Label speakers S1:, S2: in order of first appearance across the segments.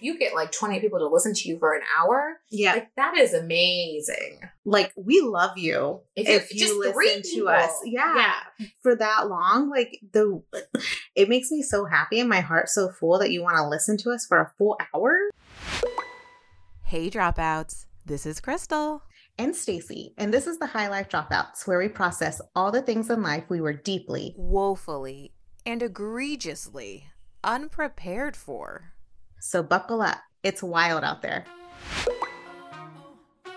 S1: you get like 20 people to listen to you for an hour,
S2: Yeah.
S1: like that is amazing.
S2: Like we love you if,
S1: you're-
S2: you
S1: just
S2: listen
S1: three
S2: to
S1: people.
S2: us. Yeah. For that long, like the it makes me so happy and my heart's so full that you want to listen to us for a full hour.
S3: Hey, dropouts. This is Crystal.
S2: And Stacy, and this is the High Life Dropouts where we process all the things in life we were deeply
S3: Woefully and egregiously unprepared for.
S2: So buckle up. It's wild out there.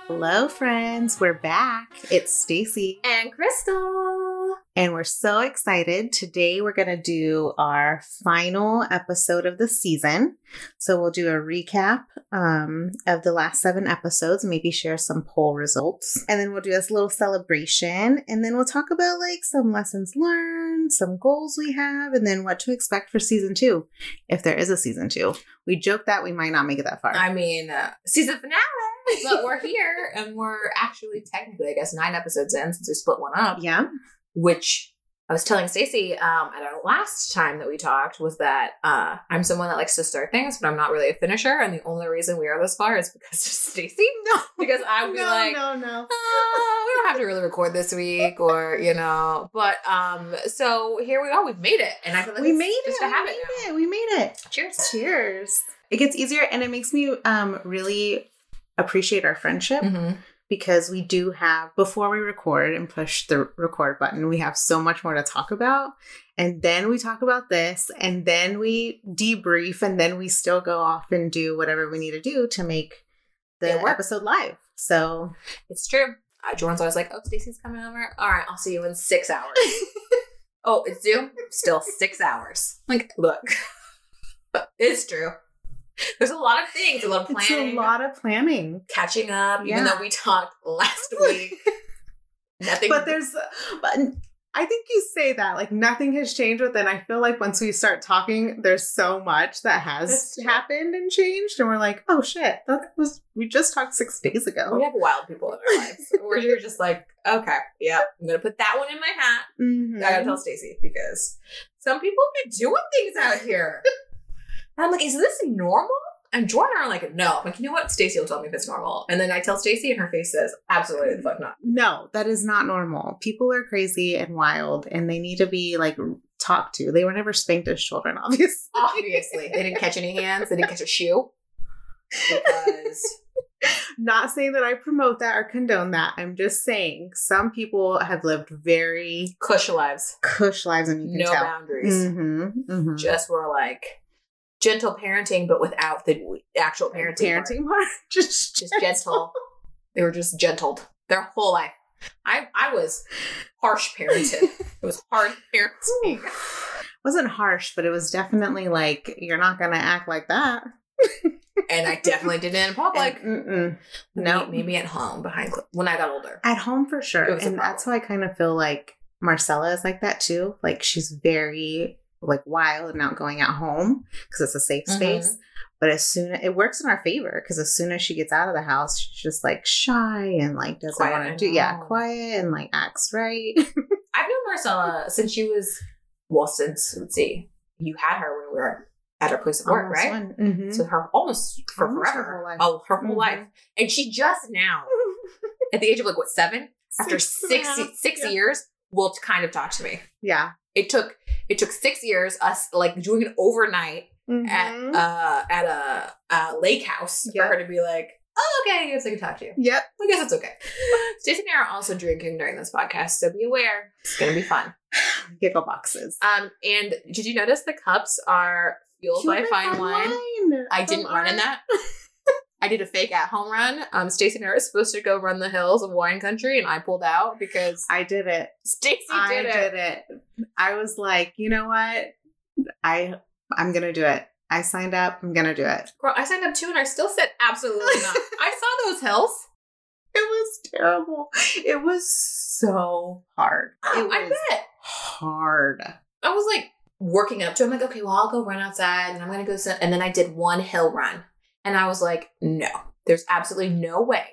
S2: Hello friends, we're back. It's Stacy
S1: And Crystal.
S2: and we're so excited. Today we're going to do our final episode of the season. So we'll do a recap um, of the last 7 episodes, maybe share some poll results. And then we'll do this little celebration and then we'll talk about like some lessons learned, some goals we have and then what to expect for season 2 if there is a season 2. We joke that we might not make it that far.
S1: I mean, uh, season finale, but we're here and we're actually technically, I guess, nine episodes in since we split one up.
S2: yeah.
S1: which I was telling Stacey um, at our last time that we talked was that uh, I'm someone that likes to start things, but I'm not really a finisher. And the only reason we are this far is because of Stacey.
S2: No.
S1: Because I would be like,
S2: no, no.
S1: "Oh, we don't have to really record this week, or you know. But um, so here we are. We've made it, and I feel like
S2: we
S1: it's
S2: made it.
S1: Just a
S2: We
S1: habit.
S2: made
S1: now.
S2: it. We made it.
S1: Cheers.
S2: Cheers. It gets easier and it makes me um really appreciate our friendship
S1: Mhm.
S2: because we do have before we record and push the record button, we have so much more to talk about. And then we talk about this and then we debrief and then we still go off and do whatever we need to do to make the
S1: It works.
S2: episode live. So
S1: It's true. Uh, Jordan's always like, "Oh, Stacey's coming over. All right, I'll see you in six hours." oh, it's due. Still six hours. Like, look, it's true. There's a lot of things, a lot of
S2: it's
S1: planning,
S2: a lot of planning.
S1: catching up.
S2: Yeah.
S1: Even though we talked last week, nothing.
S2: but there's but i think you say that like nothing has changed but then i feel like once we start talking there's so much that has
S1: That's true.
S2: happened and changed and we're like oh shit that was we just talked six days
S1: we
S2: ago
S1: have wild people in our lives. Where you're just like, okay, yeah, I'm gonna put that one in my hat.
S2: Mhm.
S1: I gotta tell Stacey because some people be doing things out here. and I'm like, is this normal? And Jordan are like, no. I'm like, you know what? Stacey will tell me if it's normal. And then I tell Stacey, and her face says, absolutely the fuck not.
S2: no that is not normal people are crazy and wild and they need to be like talked to they were never spanked as children obviously
S1: Obviously, they didn't catch any hands. They didn't catch a shoe because
S2: not saying that i promote that or condone that i'm just saying some people have lived very
S1: cush lives,
S2: cush lives and you can
S1: no
S2: tell
S1: boundaries.
S2: Mhm, mhm.
S1: Just were like gentle parenting, but without the actual parenting. part.
S2: parenting part. Just,
S1: just gentle. they were just gentled their whole life. I I was harsh parented. it was hard parenting.
S2: wasn't harsh, but it was definitely like you're not gonna act like that.
S1: and I definitely did it in public.
S2: And- mm-mm. no,
S1: Maybe, maybe at home behind cl- when I got older.
S2: at home for sure,
S1: It was a
S2: and
S1: problem.
S2: that's why I kind of feel like Marcella is like that too. Like she's very like wild and outgoing at home because it's a safe
S1: Mhm.
S2: space. But as soon it works in our favor because as soon as she gets out of the house, she's just like shy and like doesn't
S1: Quiet,
S2: want
S1: I
S2: to do yeah,
S1: know.
S2: quiet and like acts right.
S1: I've known Marcella since she was well since let's see, you had her when we were at her place of work, right?
S2: hmm
S1: So her almost for
S2: Almost
S1: forever,
S2: her whole life.
S1: Oh, her whole
S2: Mhm.
S1: life, and she just now at the age of like what seven after six six years will kind of talk to me.
S2: yeah.
S1: it took it took six years us like doing it overnight
S2: Mhm.
S1: at uh at a, uh lake house
S2: Yeah.
S1: for her to be like oh okay i guess i can talk to you
S2: Yep.
S1: i guess it's okay jason and i are also drinking during this podcast so be aware it's gonna be fun
S2: Giggle boxes.
S1: um and did you notice the cups are fueled by fine wine, i didn't run in that I did a fake at home run. Um, Stacey and I were supposed to go run the hills of wine country, and I pulled out because
S2: I did it.
S1: Stacey did
S2: I
S1: it.
S2: did it. I was like, you know what? I I'm gonna do it. I signed up. I'm gonna do it.
S1: Girl, I signed up too, and I still said absolutely not. I saw those hills.
S2: It was terrible. It was so hard. It
S1: I
S2: was
S1: bet.
S2: hard.
S1: I was like working up to. it. I'm like, okay, well, I'll go run outside, and I'm gonna go. Sit. And then I did one hill run, and I was like, no, there's absolutely no way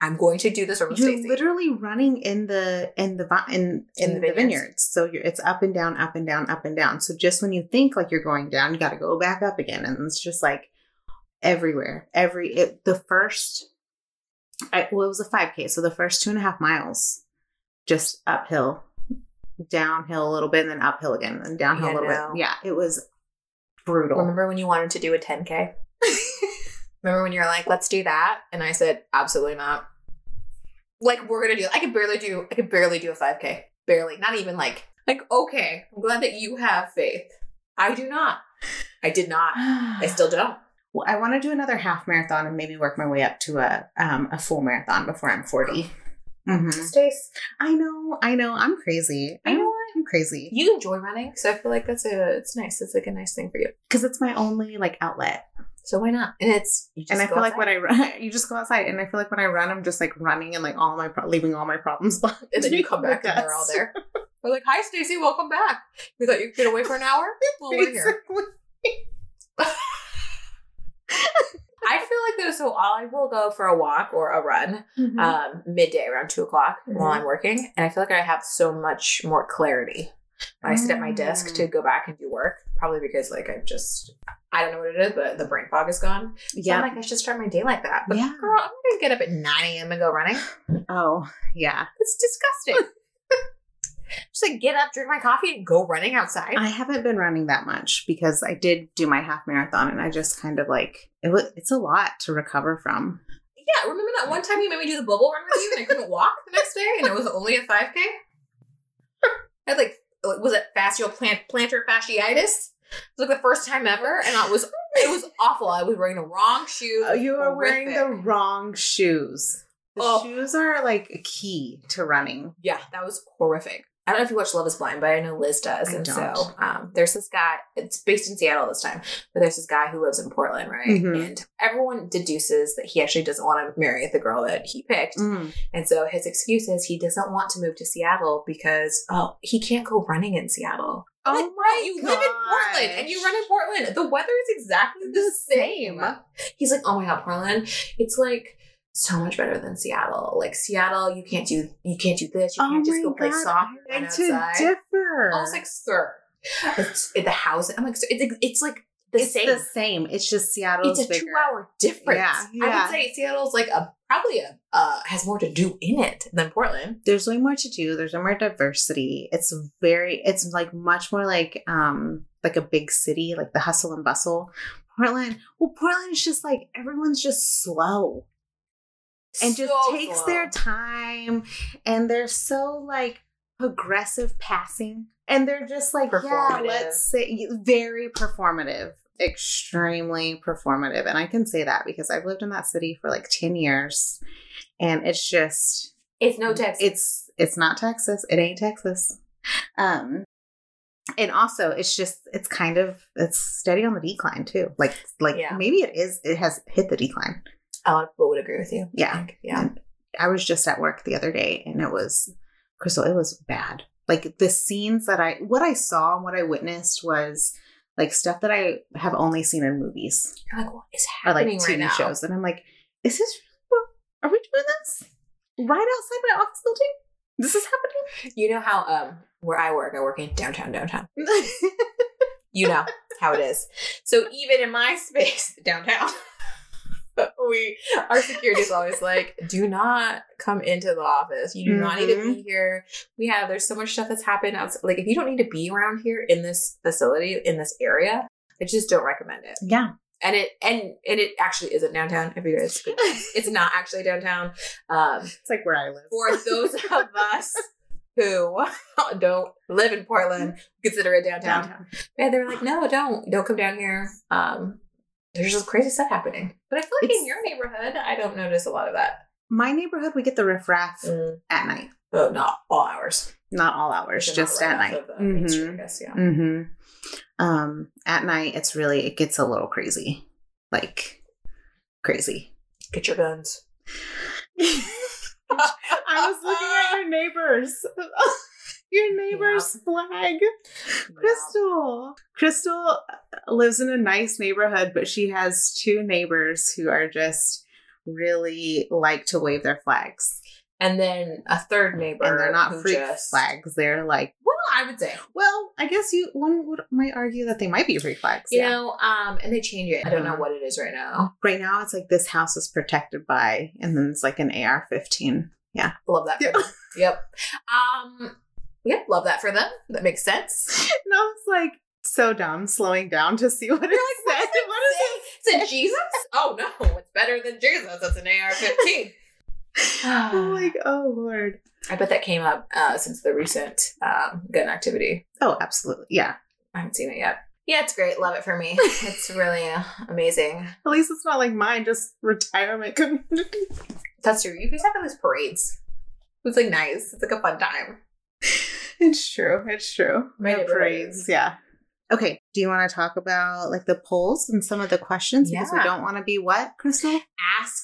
S1: I'm going to do this over
S2: You're
S1: Stacey.
S2: literally running in the in the vi- in in,
S1: In
S2: the
S1: the
S2: vineyards.
S1: vineyards.
S2: So you're it's up and down, up and down, up and down. So just when you think like you're going down, you got to go back up again, and it's just like everywhere. Every it, the first, I, well, it was a five k, so the first two and a half miles, just uphill, downhill a little bit, and then uphill again, and downhill
S1: Yeah,
S2: a little
S1: no.
S2: bit. Yeah, it was brutal.
S1: Remember when you wanted to do a 10K? Remember when you were like, let's do that? And I said, absolutely not. Like, we're gonna do I could barely do I could barely do a 5K. Barely. Not even like like, okay, I'm glad that you have faith. I do not. I did not. I still don't.
S2: Well, I want to do another half marathon and maybe work my way up to a um, a full marathon before I'm 40. Mhm.
S1: Stace,
S2: I know, I know, I'm crazy.
S1: you know
S2: I'm,
S1: what?
S2: I'm crazy
S1: You enjoy running, so I feel like that's a it's nice. It's like a nice thing for you.
S2: because it's my only like outlet,
S1: So why not? And it's you
S2: and I
S1: go
S2: feel like
S1: outside.
S2: when I run, you just go outside, and I feel like when I run, I'm just like running and like all my pro- leaving all my problems behind.
S1: and then you come back and they're all there. We're like, hi Stacy, welcome back. We thought you'd get away for an hour? Well we're here.
S2: Basically.
S1: I feel like though, so I will go for a walk or a run
S2: Mhm.
S1: um, midday around two o'clock
S2: Mm-hmm.
S1: while I'm working, and I feel like I have so much more clarity when I sit at my desk
S2: Mm.
S1: to go back and do work. Probably because like I'm just I don't know what it is, but the brain fog is gone. So I'm
S2: yeah.
S1: like I should start my day like that. But
S2: Yeah.
S1: girl, I'm gonna get up at nine a.m. and go running.
S2: Oh, yeah.
S1: It's disgusting. just like get up, drink my coffee, and go running outside.
S2: I haven't been running that much because I did do my half marathon, and I just kind of like it was. It's a lot to recover from.
S1: yeah, remember that one time you made me do the bubble run with you, and I couldn't walk the next day, and it was only a five k. I had like was it fascial plant plantar fasciitis? It was like the first time ever, and I was it was awful. I was wearing the wrong shoes.
S2: Oh, you are wearing the
S1: Horrific.
S2: wrong shoes. The
S1: Oh.
S2: shoes are like a key to running.
S1: yeah, that was horrific. I don't know if you watch Love Is Blind, but I know Liz does,
S2: I
S1: and so
S2: don't.
S1: um, there's this guy. It's based in Seattle this time, but there's this guy who lives in Portland, right?
S2: Mhm.
S1: And everyone deduces that he actually doesn't want to marry the girl that he picked.
S2: Mm.
S1: And so his excuse is he doesn't want to move to Seattle because oh he can't go running in Seattle.
S2: Oh
S1: Like,
S2: my
S1: you live in Portland and you run in Portland. The weather is exactly the,
S2: The
S1: same.
S2: same.
S1: He's like, oh my god, Portland, it's like so much better than Seattle. Like Seattle, you can't do you can't do this. You
S2: Oh
S1: can't just
S2: my
S1: go play
S2: God,
S1: soccer
S2: I
S1: and
S2: beg to
S1: outside.
S2: differ.
S1: I was like, sir, it's, it- the house. I'm like, sir, it's it's like the
S2: it's
S1: same.
S2: the same. It's just Seattle's
S1: it's a
S2: bigger.
S1: two-hour difference.
S2: Yeah,
S1: I
S2: yeah.
S1: would say Seattle's like a probably a uh, has more to do in it than Portland.
S2: There's way more to do. There's way more diversity. It's very. It's like much more like um like a big city, like the hustle and bustle. Portland. Well, Portland is just like everyone's just slow. and just
S1: So
S2: takes
S1: slow.
S2: their time and they're so like progressive passing and they're just like yeah
S1: Performative.
S2: let's say very performative extremely performative and i can say that because i've lived in that city for like 10 years and it's just
S1: It's no text.
S2: it's it's not texas it ain't texas um and also it's just it's kind of it's steady on the decline too like like
S1: Yeah.
S2: maybe it is it has hit the decline
S1: I would- would agree with you.
S2: yeah
S1: Like, yeah.
S2: And I was just at work the other day and it was, Crystal, it was bad. Like the scenes that I, what I saw and what I witnessed was like stuff that I have only seen in movies
S1: You're like, what is
S2: or like
S1: happening
S2: TV
S1: right now?
S2: shows. And I'm like, is this, are we doing this? Right outside my office building? This is
S1: You know how um where I work, I work in downtown, downtown.
S2: happening?
S1: You know how it is. So even in my space downtown, we our security is always like, do not come into the office. You do not need to be here. We have there's so much stuff that's happened outside. Like if you don't need to be around here in this facility in this area, I just don't recommend it.
S2: yeah.
S1: And it and and it actually isn't downtown. If you guys, could- it's not actually downtown. Um,
S2: It's like where I live.
S1: for those of us who don't live in Portland, consider it downtown. Yeah, they were like, no, don't, don't come down here. Um, there's just crazy stuff happening. But I feel like in
S2: It's-
S1: your neighborhood, I don't notice a lot of that.
S2: My neighborhood, we get the riffraff at night,
S1: Oh, not all hours.
S2: not all hours,
S1: It's
S2: just
S1: not
S2: at
S1: right
S2: night.
S1: off of the main street,
S2: Mhm.
S1: I guess, yeah.
S2: hmm Um, at night, it's really it gets a little crazy, like crazy.
S1: Get your guns.
S2: I was looking at your neighbors, your neighbor's flag. Crystal, Crystal uh, lives in a nice neighborhood, but she has two neighbors who are just really like to wave their flags.
S1: and then a third neighbor.
S2: and they're not
S1: who
S2: freak
S1: just-
S2: flags. They're like,
S1: Well, I would say,
S2: well, I guess you one would might argue that they might be freak flags.
S1: you know, um, and they change it. I don't know
S2: Mhm.
S1: what it is right now.
S2: Right now, it's like this house is protected by, and then it's like an AR-15.
S1: Love that for them. Yep. Um. Yep. Love that for them. That makes sense.
S2: And I was like, so dumb, slowing down to see what it
S1: You're
S2: said.
S1: like, what does it say? It's a Jesus? Oh no, it's better than Jesus. It's an AR-15.
S2: I'm like, oh lord.
S1: I bet that came up uh, since the recent um, gun activity.
S2: Oh, absolutely. Yeah.
S1: I haven't seen it yet. Yeah, it's great. Love it for me. It's really uh, amazing.
S2: At least it's not like mine, just retirement community.
S1: That's true. You guys have all these parades. It's like nice. It's like a fun time.
S2: It's true. It's true.
S1: My
S2: The
S1: neighborhood
S2: parades,
S1: is.
S2: yeah. Okay. Do you want to talk about like the polls and some of the questions? Because we
S1: Yeah.
S2: don't want to be what, Crystal?
S1: Ask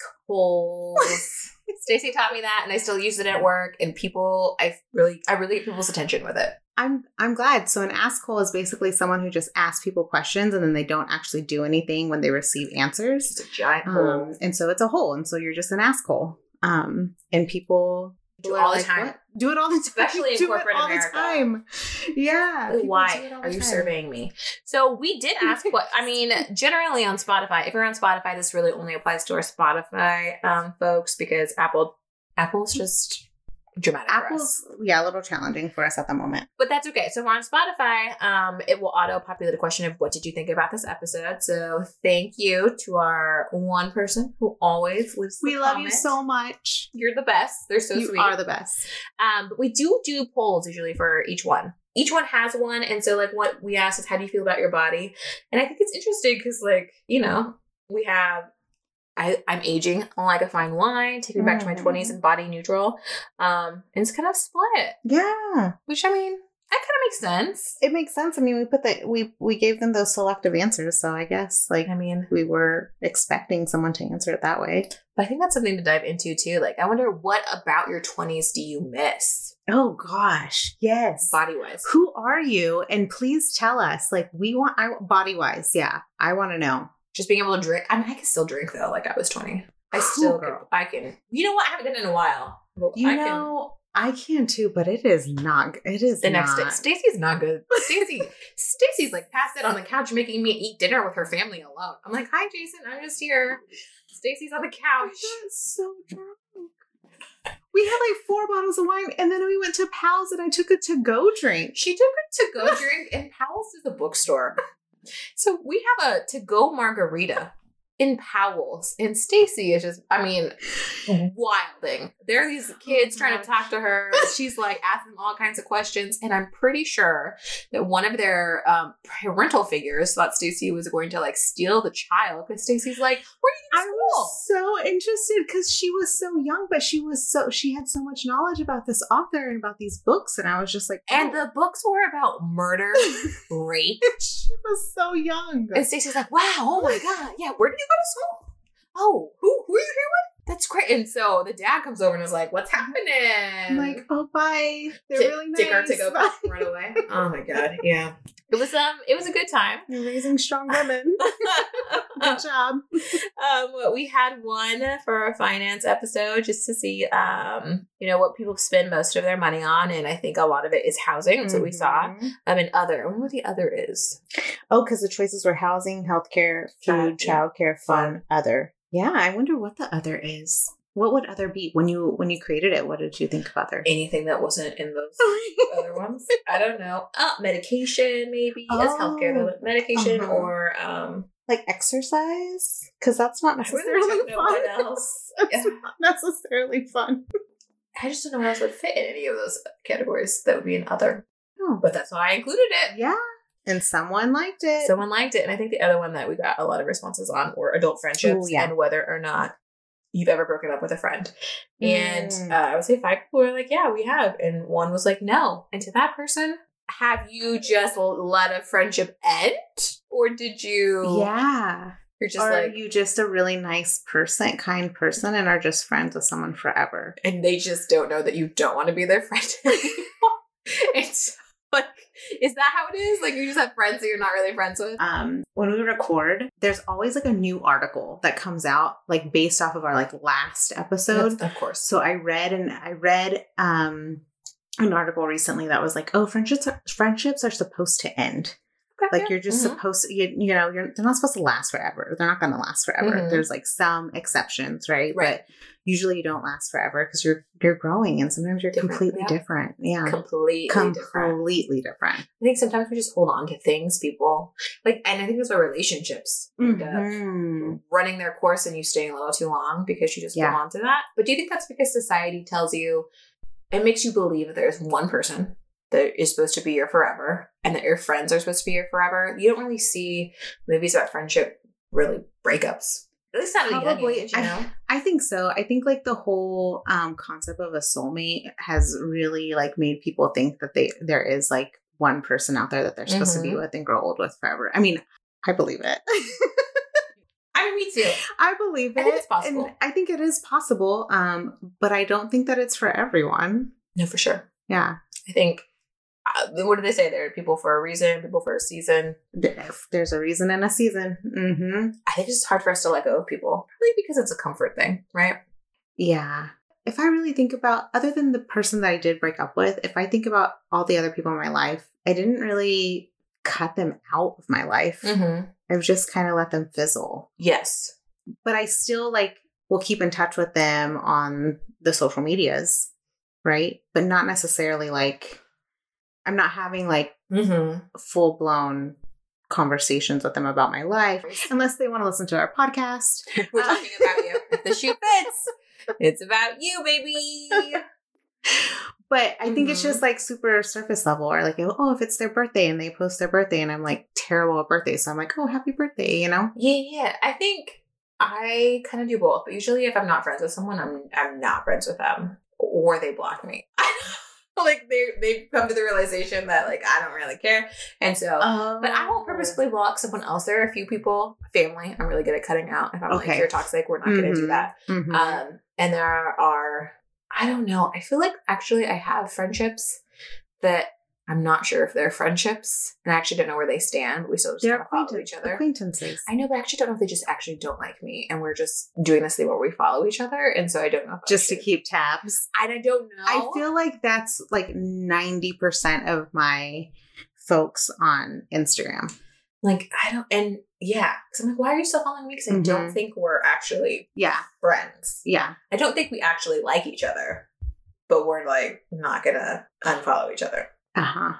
S1: holes. Stacy taught me that, and I still use it at work. And people, I really, I really get people's attention with it.
S2: I'm I'm glad. So an ask hole is basically someone who just asks people questions and then they don't actually do anything when they receive answers.
S1: It's a giant hole.
S2: Um, and so it's a hole, and so you're just an ask hole. Um, and people
S1: Do it all the time.
S2: "What? Do it all the time.
S1: Especially in
S2: do
S1: corporate
S2: it all
S1: America.
S2: the time. Yeah. people do
S1: Why
S2: it all the
S1: are you
S2: time.
S1: surveying me? So we did ask what I mean. Generally on Spotify, if you're on Spotify, this really only applies to our Spotify um, folks because Apple, Apple's just dramatic. for us.
S2: Apple's yeah, a little challenging for us at the moment.
S1: But that's okay. So we're on Spotify. Um, it will auto populate a question of what did you think about this episode. So thank you to our one person who always leaves. the
S2: We love you
S1: comment.
S2: so much.
S1: You're the best. They're so
S2: you
S1: sweet.
S2: are the best.
S1: um, but we do do polls usually for each one. Each one has one, and so like what we asked is how do you feel about your body? And I think it's interesting because like you know we have. I, I'm aging like a fine wine, take me back to my
S2: Mhm.
S1: 20s and body neutral. Um, and it's kind of split,
S2: Yeah,
S1: which I mean, that kind of makes sense.
S2: it makes sense. I mean, we put the we we gave them those selective answers, so I guess like
S1: I mean,
S2: we were expecting someone to answer it that way.
S1: But I think that's something to dive into too. Like, I wonder what about your 20s do you miss
S2: Oh gosh, yes.
S1: body wise?
S2: Who are you? And please tell us. Like we want I body wise. Yeah, I want to know.
S1: Just being able to drink. I mean, I can still drink though, like I was 20. I
S2: Cool,
S1: still, could,
S2: girl.
S1: I can. You know what? I haven't done it in a while. But
S2: You
S1: I
S2: know, I can too, but it is not. It is
S1: can. The next day,
S2: not.
S1: Stacy's not good. Stacy, Stacy's like passed out on the couch, making me eat dinner with her family alone. I'm like, hi, Jason, I'm just here. Stacy's on the
S2: I
S1: couch.
S2: got so drunk. We had like four bottles of wine, and then we went to Pals, and I took a to go drink.
S1: She took a to go drink and Powell's is a bookstore. So we have a to go margarita in Powell's, and Stacy is just, I mean,
S2: Mm-hmm.
S1: wilding. There are these kids trying
S2: Oh
S1: to talk to her. She's like asking all kinds of questions, and I'm pretty sure that one of their um, parental figures thought Stacy was going to like steal the child because Stacy's like, Where
S2: I
S1: do you go to school?
S2: was so interested because she was so young, but she was so she had so much knowledge about this author and about these books, and I was just like,
S1: And
S2: oh.
S1: the books were about murder, rape,
S2: she was so young.
S1: And Stacey's like, wow, oh my God. Yeah, where did you go to school? Oh, who, who are you here with? That's great. And so the dad comes over and is like, what's
S2: I'm
S1: happening?
S2: like, oh bye, they're
S1: Tick-
S2: really nice.
S1: tick her to go
S2: Bye.
S1: run away. Oh my God. Yeah. It was um it was a good time.
S2: You're raising strong women. Good job.
S1: um we had one for a finance episode just to see um you know what people spend most of their money on and I think a lot of it is housing. So we saw
S2: Mhm.
S1: um and other. I wonder what the other is.
S2: Oh, because the choices were housing, healthcare, food,
S1: Child-
S2: childcare, fun,
S1: Fun.
S2: other. Yeah, I wonder what the other is. What would other be when you when you created it? What did you think of other?
S1: Anything that wasn't in those other ones. I don't know. Uh, medication, maybe. That's healthcare.
S2: Oh.
S1: though. Medication
S2: Uh-huh.
S1: or um,
S2: like exercise, because that's not
S1: I really
S2: necessarily
S1: don't know
S2: fun.
S1: what else.
S2: That's not necessarily fun.
S1: I just don't know what else would fit in any of those categories that would be in other.
S2: Oh,
S1: But that's why I included it.
S2: yeah, and someone liked it.
S1: Someone liked it, and I think the other one that we got a lot of responses on were adult friendships
S2: Ooh, yeah.
S1: and whether or not you've ever broken up with a friend. And
S2: Mm.
S1: uh, I would say five people were like, "Yeah, we have," and one was like, "No." And to that person, have you just let a friendship end, or did you?
S2: yeah.
S1: You're just
S2: or
S1: like,
S2: are you just a really nice person, kind person, and are just friends with someone forever?
S1: and they just don't know that you don't want to be their friend anymore. and so, like, Is that how it is? Like you just have friends that you're not really friends with?
S2: um, when we record, there's always like a new article that comes out, like based off of our like last episode.
S1: of course.
S2: So I read and I read um, an article recently that was like, oh, friendships are, friendships are supposed to end. Like you're just
S1: Mhm.
S2: supposed to, you, you know, you're they're not supposed to last forever. They're not going to last forever.
S1: Mhm.
S2: There's like some exceptions, right?
S1: Right.
S2: But usually you don't last forever because you're you're growing and sometimes you're
S1: Different,
S2: completely
S1: yeah.
S2: different. Yeah.
S1: completely different.
S2: completely different.
S1: I think sometimes we just hold on to things, people. Like, and I think that's why relationships end up
S2: Mhm.
S1: running their course and you staying a little too long because you just
S2: Yeah.
S1: hold on to that. But do you think that's because society tells you it makes you believe that there's one person that is supposed to be your forever and that your friends are supposed to be your forever? You don't really see movies about friendship really breakups. At least not at a young
S2: Probably.
S1: age, you
S2: I-
S1: know?
S2: I think so. I think like the whole um, concept of a soulmate has really like made people think that they there is like one person out there that they're supposed to be
S1: Mhm.
S2: with and grow old with forever. I mean, I believe it.
S1: I mean, me too.
S2: I believe it.
S1: I think it's possible.
S2: And I think it is possible, um, but I don't think that it's for everyone.
S1: No, for sure.
S2: Yeah,
S1: I think, uh, what do they say? There are people for a reason, people for a season.
S2: There- there's a reason and a season. hmm
S1: I think it's just hard for us to let go of people, probably because it's a comfort thing, right?
S2: Yeah. If I really think about, other than the person that I did break up with, if I think about all the other people in my life, I didn't really cut them out of my life.
S1: Mm-hmm.
S2: I've just kind of let them fizzle.
S1: Yes.
S2: But I still like will keep in touch with them on the social medias, right? But not necessarily like I'm not having like
S1: Mm-hmm.
S2: full blown conversations with them about my life unless they want to listen to our podcast.
S1: We're talking about you. If Uh, the shoe fits, it's about you, baby.
S2: But I think it's
S1: Mhm.
S2: just like super surface level or like oh if it's their birthday and they post their birthday and I'm like terrible at birthdays so I'm like oh happy birthday, you know?
S1: Yeah, yeah. I think I kind of do both, but usually if I'm not friends with someone, I'm I'm not friends with them, or they block me. like they they've come to the realization that like I don't really care, and so.
S2: Oh.
S1: Um, but I won't purposefully block someone else. There are a few people, family. I'm really good at cutting out. If I'm like
S2: Okay.
S1: you're toxic, we're not going to do
S2: Mhm.
S1: that.
S2: Mhm.
S1: Um, and there are, I don't know, I feel like actually I have friendships that I'm not sure if they're friendships. And I actually don't know where they stand, but we still just
S2: They're
S1: kind of follow
S2: acquaintance-
S1: each other.
S2: acquaintances.
S1: I know, but I actually don't know if they just actually don't like me and we're just doing this thing where we follow each other. And so I don't know if I
S2: just to
S1: should-
S2: keep tabs.
S1: And I don't know.
S2: I feel like that's like 90% of my folks on Instagram.
S1: like I don't, and yeah, because I'm like, why are you still following me? Because I
S2: Mm-hmm.
S1: don't think we're actually
S2: Yeah.
S1: friends.
S2: Yeah.
S1: I don't think we actually like each other, but we're like not gonna unfollow each other,
S2: Uh-huh.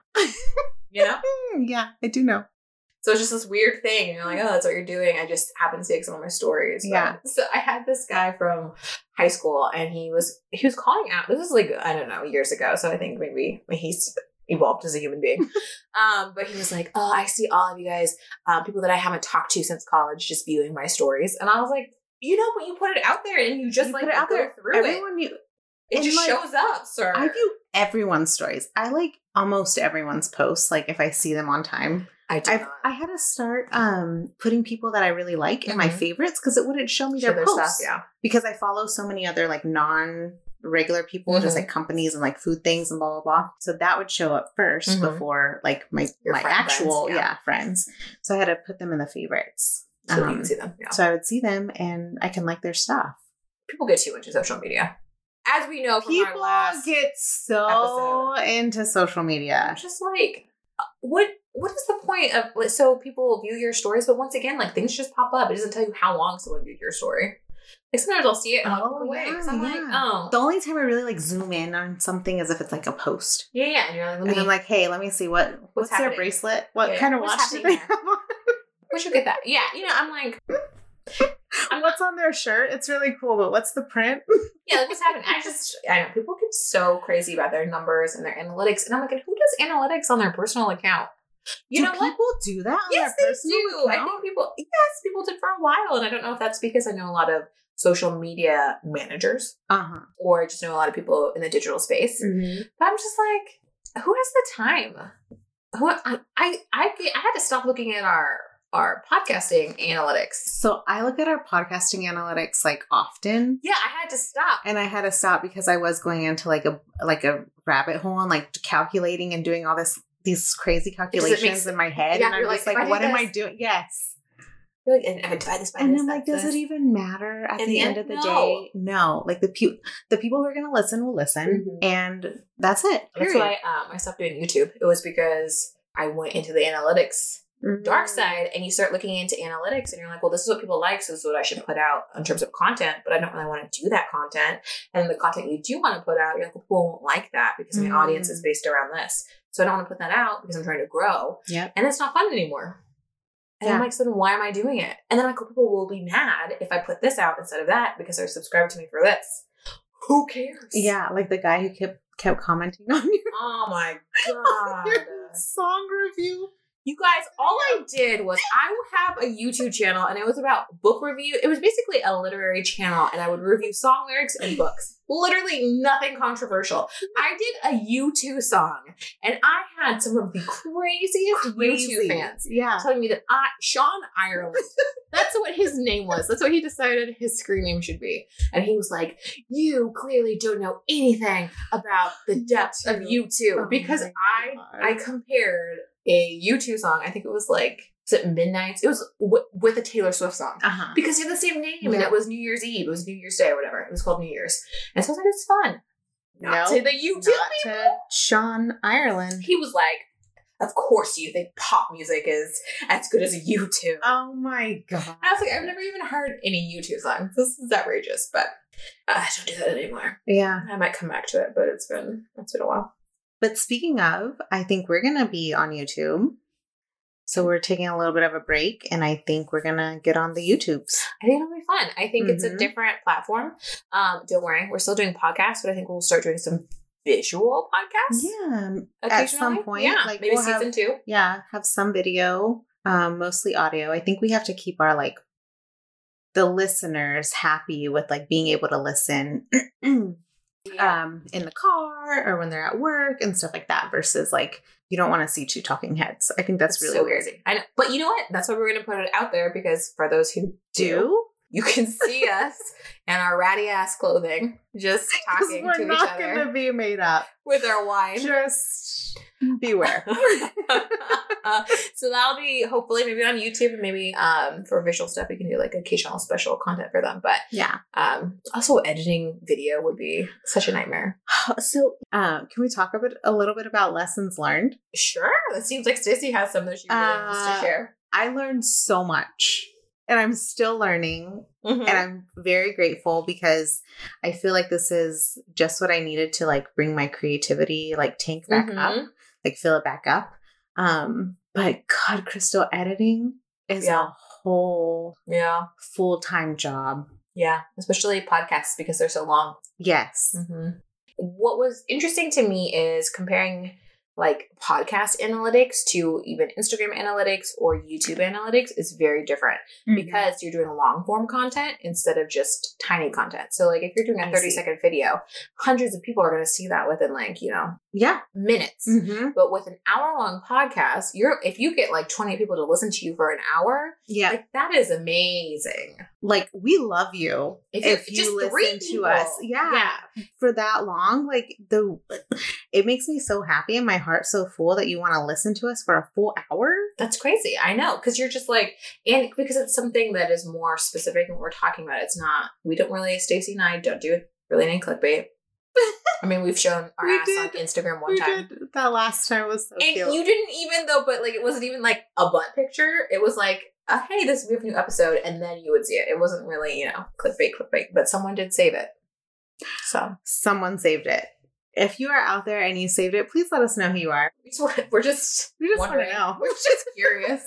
S1: you know?
S2: Yeah, I do know.
S1: So it's just this weird thing. And you're like, oh, that's what you're doing. I just happened to see it 'cause of my stories. But-
S2: Yeah.
S1: So I had this guy from high school and he was he was calling out. This is like, I don't know, years ago. So I think maybe he's evolved as a human being. um, but he was like, oh, I see all of you guys, uh, people that I haven't talked to since college, just viewing my stories. And I was like, you know, but you put it out there and you just
S2: You
S1: like
S2: put it out
S1: go
S2: there.
S1: through it.
S2: Everyone you
S1: It
S2: and,
S1: just
S2: like,
S1: shows up, sir.
S2: I view everyone's stories. I like almost everyone's posts like if I see them on time.
S1: I do
S2: I've
S1: not.
S2: I had to start um putting people that I really like in my
S1: Mhm.
S2: favorites cuz it wouldn't show me
S1: Show
S2: their,
S1: their
S2: posts
S1: yeah.
S2: because I follow so many other like non regular people,
S1: Mhm.
S2: just like companies and like food things and blah blah blah. So that would show up 1st
S1: Mhm.
S2: before like my
S1: Your
S2: my
S1: friend
S2: actual
S1: friends,
S2: yeah.
S1: yeah.
S2: friends. So I had to put them in the favorites.
S1: So you
S2: Um,
S1: can see them. Yeah.
S2: So I would see them and I can like their stuff.
S1: people get too into social media. As we know from our
S2: People
S1: last,
S2: get so into social media.
S1: just like what what is the point of like, so people view your stories, but once again, like things just pop up. It doesn't tell you how long someone viewed your story. Like sometimes I'll see it and I'll
S2: Oh,
S1: look away because
S2: yeah,
S1: I'm
S2: yeah.
S1: like, oh,
S2: The only time I really like zoom in on something is if it's like a post.
S1: yeah, yeah. And you're like, let
S2: And
S1: me,
S2: I'm like, hey, let me see what what's, their
S1: happening?
S2: bracelet? What
S1: Yeah,
S2: kind of
S1: what's
S2: watch do they
S1: happening
S2: have on?
S1: we should get that. Yeah, you know, I'm like, I'm
S2: What's on their shirt? It's really cool, but what's the print?
S1: yeah, like what's happening? I just, I know people get so crazy about their numbers and their analytics, and I'm like, and who does analytics on their personal account? You
S2: do
S1: know
S2: people
S1: what?
S2: do that on
S1: yes,
S2: their
S1: they
S2: personal
S1: do. I
S2: account?
S1: think people, yes, people did for a while, and I don't know if that's because I know a lot of social media managers
S2: Uh-huh.
S1: or I just know a lot of people in the digital
S2: Mm.
S1: space. But I'm just like, who has the time? Who I I I, I had to stop looking at our our podcasting analytics.
S2: So I look at our podcasting analytics like often.
S1: Yeah, I had to stop.
S2: And I had to stop because I was going into like a like a rabbit hole and like calculating and doing all this these crazy
S1: it
S2: calculations
S1: makes-
S2: in my head,
S1: yeah,
S2: and I'm
S1: you're
S2: just
S1: like,
S2: like,
S1: if I do
S2: what am I
S1: this-
S2: doing? Yes.
S1: You're like, and if I divide this by
S2: And
S1: this,
S2: I'm like,
S1: that's
S2: does it
S1: this.
S2: even matter at
S1: In
S2: the,
S1: the
S2: end,
S1: end,
S2: of the
S1: no.
S2: day? No. Like the pu- the people who are going to listen will listen,
S1: Mhm.
S2: and that's it.
S1: That's why um, I stopped doing YouTube. It was because I went into the analytics
S2: why
S1: dark side and you start looking into analytics and you're like, well, this is what people like, so this is what I should put out in terms of content, but I don't really want to do that content. And the content you do want to put out, you're like, well, people won't like that because my
S2: Mm.
S1: audience is based around this. So I don't want to put that out because I'm trying to grow.
S2: Yep.
S1: And it's not fun anymore. And I'm
S2: Yeah.
S1: like, so then why am I doing it? And then like people will be mad if I put this out instead of that because they're subscribed to me for this. Who cares?
S2: Yeah, like the guy who kept kept commenting on your,
S1: Oh my
S2: on
S1: god.
S2: your song review.
S1: You guys, all I did was I have a YouTube channel and it was about book review. It was basically a literary channel and I would review song lyrics and books. Literally nothing controversial. I did a U2 song and I had some of the craziest
S2: Crazy.
S1: U2 fans
S2: Yeah.
S1: telling me that I, Sean Ireland, that's what his name was. That's what he decided his screen name should be. And he was like, You clearly don't know anything about the depths of U2
S2: Oh
S1: because
S2: my
S1: I I compared a U2 song. I think it was like was it Midnight's? It was w- with a Taylor Swift song
S2: uh-huh.
S1: because they have the same name, and
S2: Yeah.
S1: it was New Year's Eve. It was New Year's Day or whatever. It was called New Year's, and so I was like, it's fun. Not
S2: No,
S1: to the U2
S2: Not to Sean Ireland.
S1: He was like, of course you think pop music is as good as a U2.
S2: Oh my god.
S1: I was like, I've never even heard any U2 songs. This is outrageous, but uh, I don't do that anymore.
S2: Yeah.
S1: I might come back to it, but it's been it's been a while.
S2: But speaking of, I think we're going to be on YouTube. So we're taking a little bit of a break and I think we're going to get on the YouTubes.
S1: I think it'll be fun. I think it's a
S2: Mhm.
S1: different platform. Um, don't worry, we're still doing podcasts, but I think we'll start doing some visual podcasts.
S2: Yeah.
S1: occasionally.
S2: At some point,
S1: yeah,
S2: like,
S1: maybe
S2: we'll
S1: season
S2: have-
S1: two.
S2: Yeah, have some video, um mostly audio. I think we have to keep our like the listeners happy with like being able to listen
S1: Yeah.
S2: um in the car or when they're at work and stuff like that versus like you don't want to see two talking heads. I think that's
S1: It's
S2: really
S1: so
S2: weird.
S1: crazy. I know, but you know what? That's why we're going to put it out there because for those who do,
S2: Do?
S1: you can see us in our ratty ass clothing, just
S2: 'Cause
S1: talking to
S2: we're
S1: each
S2: not
S1: other
S2: going to be made up.
S1: with our wine.
S2: Just beware.
S1: Uh, so that'll be hopefully maybe on YouTube and maybe um, for visual stuff we can do like occasional special content for them. But
S2: yeah.
S1: um, also editing video would be such a nightmare.
S2: So, um, can we talk a bit, a little bit about lessons learned?
S1: Sure, it seems like Stacey has some that she really wants
S2: Uh,
S1: to share.
S2: I learned so much, and I'm still learning,
S1: Mm-hmm.
S2: and I'm very grateful because I feel like this is just what I needed to like bring my creativity like tank back up,
S1: Mhm.
S2: like fill it back up. Um, but God, Crystal, editing is
S1: Yeah.
S2: a whole
S1: Yeah,
S2: full time job.
S1: yeah, especially podcasts because they're so long.
S2: Yes.
S1: Mm-hmm. What was interesting to me is comparing like podcast analytics to even Instagram analytics or YouTube analytics is very different. Mm-hmm. because you're doing long form content instead of just tiny content. So, like, if you're doing a
S2: I
S1: 30
S2: see.
S1: second video, hundreds of people are going to see that within like, you know,
S2: yeah.
S1: minutes.
S2: Mhm.
S1: But with an hour long podcast, you're if you get like 20 people to listen to you for an hour,
S2: Yeah.
S1: like that is amazing.
S2: like we love you if, you listen to us yeah, for that long like the it makes me so happy and my heart so full that you want to listen to us for a full hour
S1: That's crazy. I know. Cause you're just like, and because it's something that is more specific than what we're talking about. It's not, we don't really, Stacey and I don't do really any clickbait. I mean, we've shown our
S2: We
S1: ass on
S2: did.
S1: Instagram one time.
S2: did that last time was so
S1: and you didn't even though but like it wasn't even like a butt picture it was like uh, hey this we have a new episode and then you would see it it wasn't really you know clickbait clickbait but someone did save it so
S2: someone saved it if you are out there and you saved it please let us know who you are
S1: we just want, we're just
S2: we just want
S1: wondering.
S2: to know
S1: we're just curious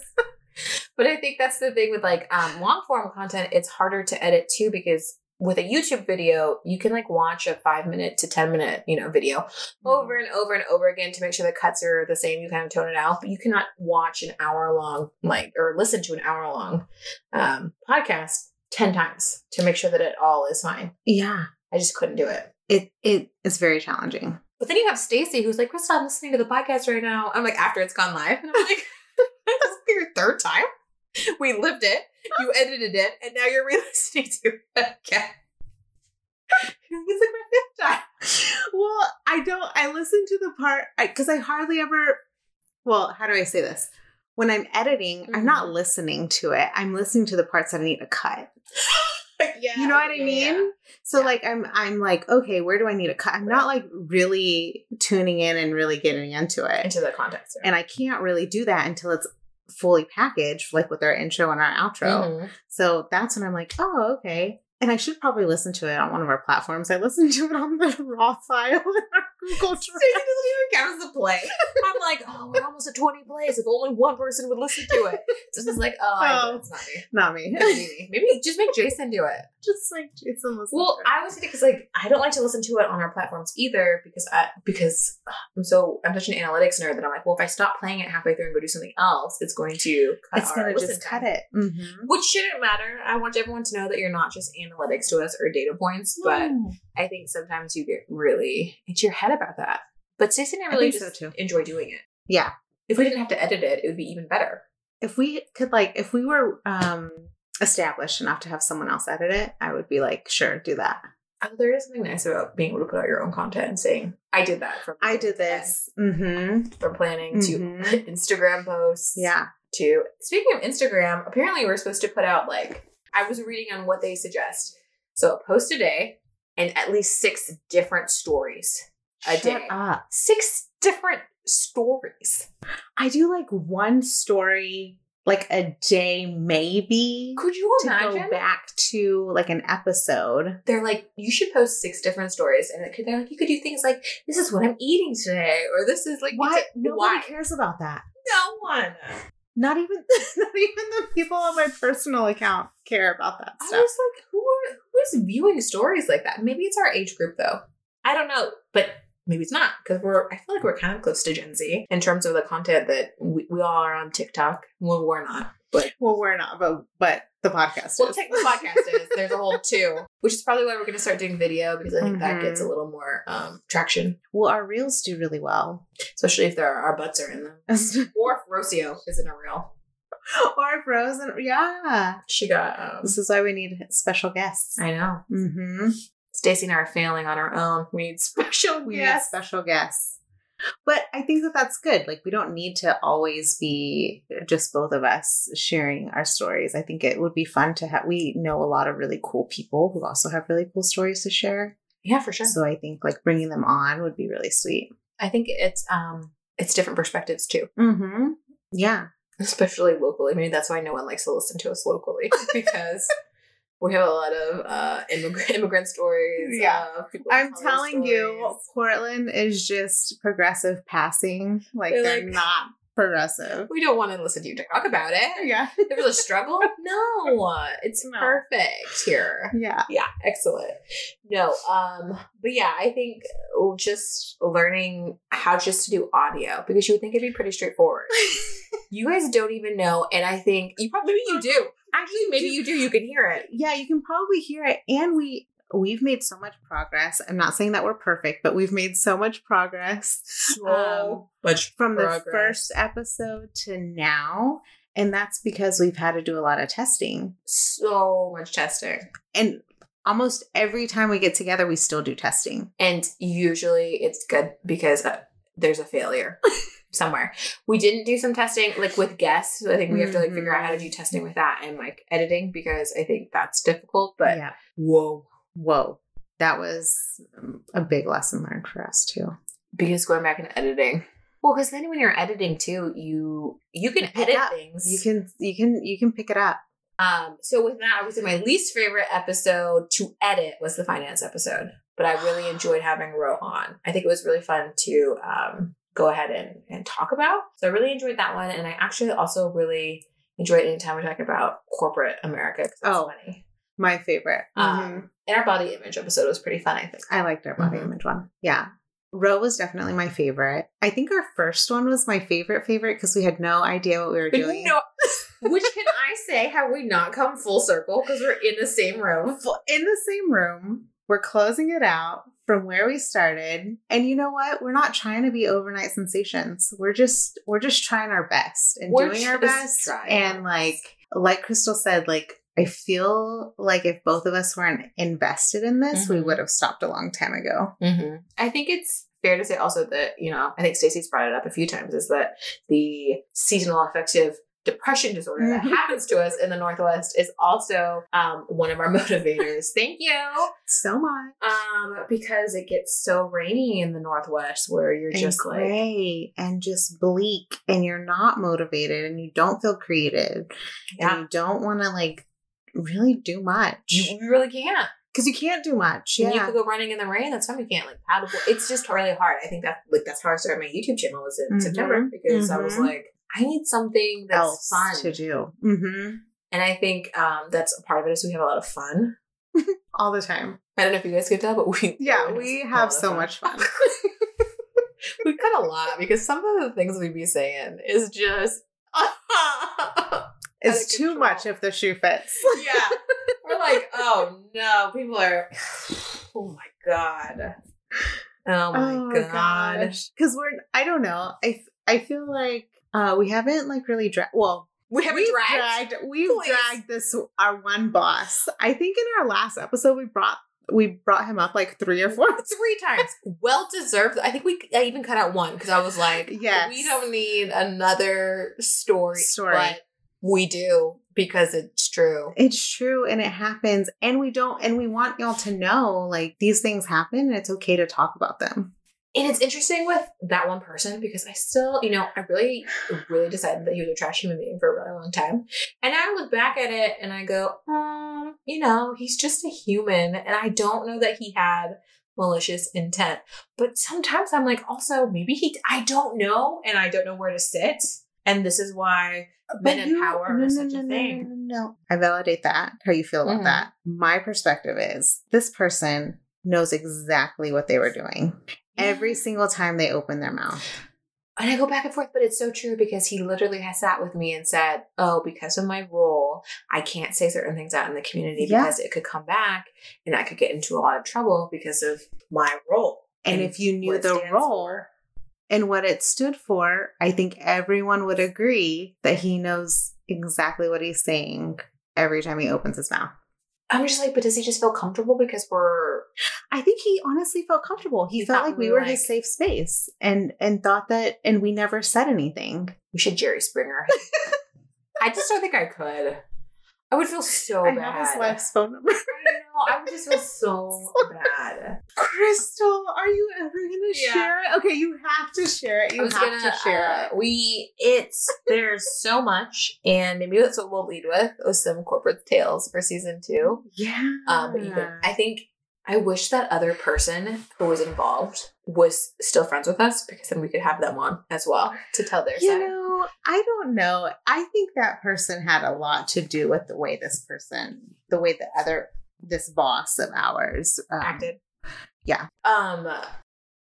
S1: but i think that's the thing with like um, long form content it's harder to edit too because with a youtube video you can like watch a five minute to ten minute you know video over and over and over again to make sure the cuts are the same. You kind of tone it out, but you cannot watch an hour long, like, or listen to an hour long um, podcast 10 times to make sure that it all is fine.
S2: yeah
S1: I just couldn't do it.
S2: it it is very challenging
S1: But then you have Stacy who's like, Krista, I'm listening to the podcast right now. I'm like, after it's gone live. And I'm like, this is your third time. We lived it, you edited it, and now you're re listening to it again. it's like my fifth time.
S2: well i don't i listen to the part because I hardly ever well, how do I say this? When I'm editing, I'm not
S1: Mm-hmm.
S2: listening to it. I'm listening to the parts that I need to cut.
S1: yeah.
S2: you know what I
S1: yeah,
S2: mean?
S1: yeah.
S2: So
S1: Yeah.
S2: like I'm I'm like, okay, where do I need to cut? I'm not like really tuning in and really getting into it.
S1: Into the context.
S2: And I can't really do that until it's fully packaged, like with our intro and our outro.
S1: Mm-hmm.
S2: So that's when I'm like, oh, okay. And I should probably listen to it on one of our platforms. I listened to it on the raw file in our Google
S1: Susan
S2: Drive.
S1: doesn't even count as a play. I'm like, oh, we're almost at 20 plays. If only one person would listen to it. Susan's like, oh, I
S2: Oh.
S1: it's not me.
S2: Not me.
S1: It's me. Maybe just make Jason do it.
S2: Just like Jason listen
S1: Well,
S2: to it.
S1: I was thinking because like I don't like to listen to it on our platforms either because I because ugh, I'm so I'm such an analytics nerd that I'm like, well, if I stop playing it halfway through and go do something else, it's going to cut
S2: it's
S1: our
S2: gonna
S1: listen
S2: just
S1: time.
S2: cut it. Mm-hmm.
S1: Which shouldn't matter. I want everyone to know that you're not just analytics to us or data points, but I think sometimes you get really it's your head about that. But Stacey and I
S2: I
S1: really
S2: think so
S1: just
S2: too.
S1: enjoy doing it.
S2: yeah.
S1: If we didn't have to edit it, it would be even better.
S2: If we could like if we were um established enough to have someone else edit it, I would be like, sure, do that.
S1: Although Oh, there is something nice about being able to put out your own content and saying, I did that from
S2: I did this. Mm-hmm.
S1: from planning to
S2: Mhm.
S1: Instagram posts.
S2: Yeah.
S1: to speaking of Instagram, apparently we're supposed to put out like I was reading on what they suggest. So a post a day and at least six different stories. A
S2: Shut
S1: day.
S2: up.
S1: Six different stories.
S2: I do like one story like a day maybe
S1: Could you
S2: to go
S1: imagine?
S2: back to like an episode.
S1: They're like, you should post six different stories, and it could, they're like, you could do things like, this is what I'm eating today, or this is like,
S2: Why nobody
S1: why?
S2: cares about that?
S1: No one.
S2: Not even not even the people on my personal account care about that
S1: I was
S2: stuff.
S1: like, who are who's viewing stories like that? Maybe it's our age group though. I don't know, but maybe it's not because we're. I feel like we're kind of close to Gen Z in terms of the content that we, we all are on TikTok. Well, we're not.
S2: Well, we're not, but but the podcast.
S1: Well,
S2: is.
S1: tech the podcast is there's a whole two, which is probably why we're going to start doing video because I think that
S2: Mhm.
S1: gets a little more um, traction,
S2: well, our reels do really well.
S1: especially if there are, our butts are in them. Or if Rocio is in a reel.
S2: or frozen. Yeah.
S1: She got. Um,
S2: This is why we need special guests.
S1: I know.
S2: Mm-hmm.
S1: Stacy and I are failing on our own. We need special
S2: We need
S1: guests.
S2: special guests. But I think that that's good. Like, we don't need to always be just both of us sharing our stories. I think it would be fun to have. We know a lot of really cool people who also have really cool stories to share.
S1: Yeah, for sure.
S2: So I think like bringing them on would be really sweet.
S1: I think it's um it's different perspectives too,
S2: Mm-hmm. Yeah.
S1: especially locally. Maybe that's why no one likes to listen to us locally because we have a lot of uh immigrant immigrant stories.
S2: Yeah.
S1: uh, people of
S2: I'm
S1: color
S2: telling you,
S1: stories.
S2: Portland is just progressive passing. Like,
S1: They're
S2: they're,
S1: like-
S2: not progressive.
S1: we don't want to listen to you talk about it.
S2: Yeah.
S1: If it's a struggle, no, it's
S2: No.
S1: perfect here.
S2: Yeah.
S1: yeah excellent no um but yeah i think uh, just learning how just to do audio because you would think it'd be pretty straightforward you guys don't even know and i think you probably maybe you do actually maybe you do you can hear it
S2: yeah you can probably hear it and we we've made so much progress i'm not saying that we're perfect but we've made so much progress um,
S1: much
S2: from the
S1: progress.
S2: first episode to now and that's because we've had to do a lot of testing
S1: so much testing
S2: and almost every time we get together we still do testing
S1: and usually it's good because uh, there's a failure somewhere we didn't do some testing like with guests so i think we have to like figure out how to do testing with that and like editing because i think that's difficult but
S2: yeah
S1: whoa
S2: whoa that was um, a big lesson learned for us too
S1: because going back and editing well because then when you're editing too you you can
S2: Pick
S1: edit
S2: up.
S1: things
S2: you can you can you can pick it up
S1: um so with that i would say my least favorite episode to edit was the finance episode but i really enjoyed having ro on i think it was really fun to um go ahead and, and talk about so i really enjoyed that one and i actually also really enjoyed anytime we talk about corporate america 'cause that's
S2: Oh.
S1: funny
S2: my favorite Mhm.
S1: um and our body image episode was pretty fun i think
S2: I liked our body
S1: Mhm.
S2: image one. Yeah. Row was definitely my favorite. I think our first one was my favorite favorite because we had no idea what we were doing.
S1: No. Which can I say? Have we not come full circle because we're in the same room?
S2: In the same room, we're closing it out from where we started. And you know what? We're not trying to be overnight sensations. We're just we're just trying our best and
S1: We're
S2: doing our
S1: just
S2: best.
S1: trying
S2: And
S1: our
S2: like like Crystal said, like I feel like if both of us weren't invested in this, we
S1: Mhm.
S2: would have stopped a long time ago.
S1: Mm-hmm. I think it's fair to say also that, you know, I think Stacey's brought it up a few times is that the seasonal affective depression disorder
S2: Mhm.
S1: that happens to us in the Northwest is also um, one of our motivators. Thank you.
S2: So much.
S1: Um, because it gets so rainy in the Northwest where you're
S2: and
S1: just like,
S2: gray and just bleak and you're not motivated and you don't feel creative
S1: yeah,
S2: and you don't want to like really do much
S1: you you really can't.
S2: because you can't do much
S1: And you could
S2: yeah
S1: go running in the rain. That's something you can't like paddle. It's just really hard. I think that like that's how I started my YouTube channel was in
S2: Mhm.
S1: September because I was
S2: Mhm.
S1: like, I need something that's
S2: else
S1: fun.
S2: to do hmm
S1: And I think um, that's a part of it is we have a lot of fun.
S2: all the time
S1: I don't know if you guys could tell, but we
S2: yeah we
S1: a lot
S2: have
S1: of
S2: so much fun
S1: we cut a lot because some of the things we be saying is just
S2: it's
S1: of
S2: too
S1: control.
S2: much if the shoe fits
S1: yeah. We're like, oh no, people are. Oh my god. Oh my god.
S2: because we're i don't know i i feel like uh we haven't like really dra- well
S1: We haven't
S2: we've
S1: dragged.
S2: we've
S1: Please.
S2: dragged this our one boss. I think in our last episode we brought we brought him up like three or four.
S1: Three times, well deserved. I think we. I even cut out one because I was like,
S2: Yes.
S1: we don't need another story."
S2: Story.
S1: but we do because it's true.
S2: It's true and it happens and we don't and we want y'all to know like these things happen and it's okay to talk about them.
S1: And it's interesting with that one person because I still, you know, I really, really decided that he was a trash human being for a really long time. And I look back at it and I go, um, you know, he's just a human. And I don't know that he had malicious intent. But sometimes I'm like, also, maybe he, I don't know. And I don't know where to sit. And this is why men in power are such a thing.
S2: No, no, no. I validate that, how you feel about
S1: Mhm.
S2: that. My perspective is this person knows exactly what they were doing every single time they open their mouth.
S1: And I go back and forth, but it's so true because he literally has sat with me and said, Oh, because of my role, I can't say certain things out in the community
S2: Yeah.
S1: because it could come back and I could get into a lot of trouble because of my role.
S2: And if you knew
S1: what it
S2: the
S1: stands
S2: role
S1: for.
S2: and what it stood for, I think everyone would agree that he knows exactly what he's saying every time he opens his mouth.
S1: I'm just like, but does he just feel comfortable because we're
S2: I think he honestly felt comfortable. He,
S1: He
S2: felt
S1: thought
S2: like
S1: we
S2: we were
S1: were
S2: his
S1: like-
S2: safe space and and thought that and we never said anything.
S1: we should Jerry Springer? I just don't think I could. I would feel so
S2: I
S1: bad.
S2: have his wife's phone number.
S1: I know. I would just feel so bad.
S2: Crystal, are you ever gonna
S1: Yeah.
S2: share it? Okay, you have to share it. You
S1: I was
S2: have
S1: gonna
S2: to share
S1: uh,
S2: it.
S1: We it's there's so much, and maybe that's what we'll lead with with some corporate tales for season two.
S2: Yeah.
S1: Um, but you can- I think I wish that other person who was involved was still friends with us because then we could have them on as well to tell their
S2: You
S1: side.
S2: know, I don't know. I think that person had a lot to do with the way this person, the way the other, this boss of ours um,
S1: acted.
S2: yeah.
S1: Um.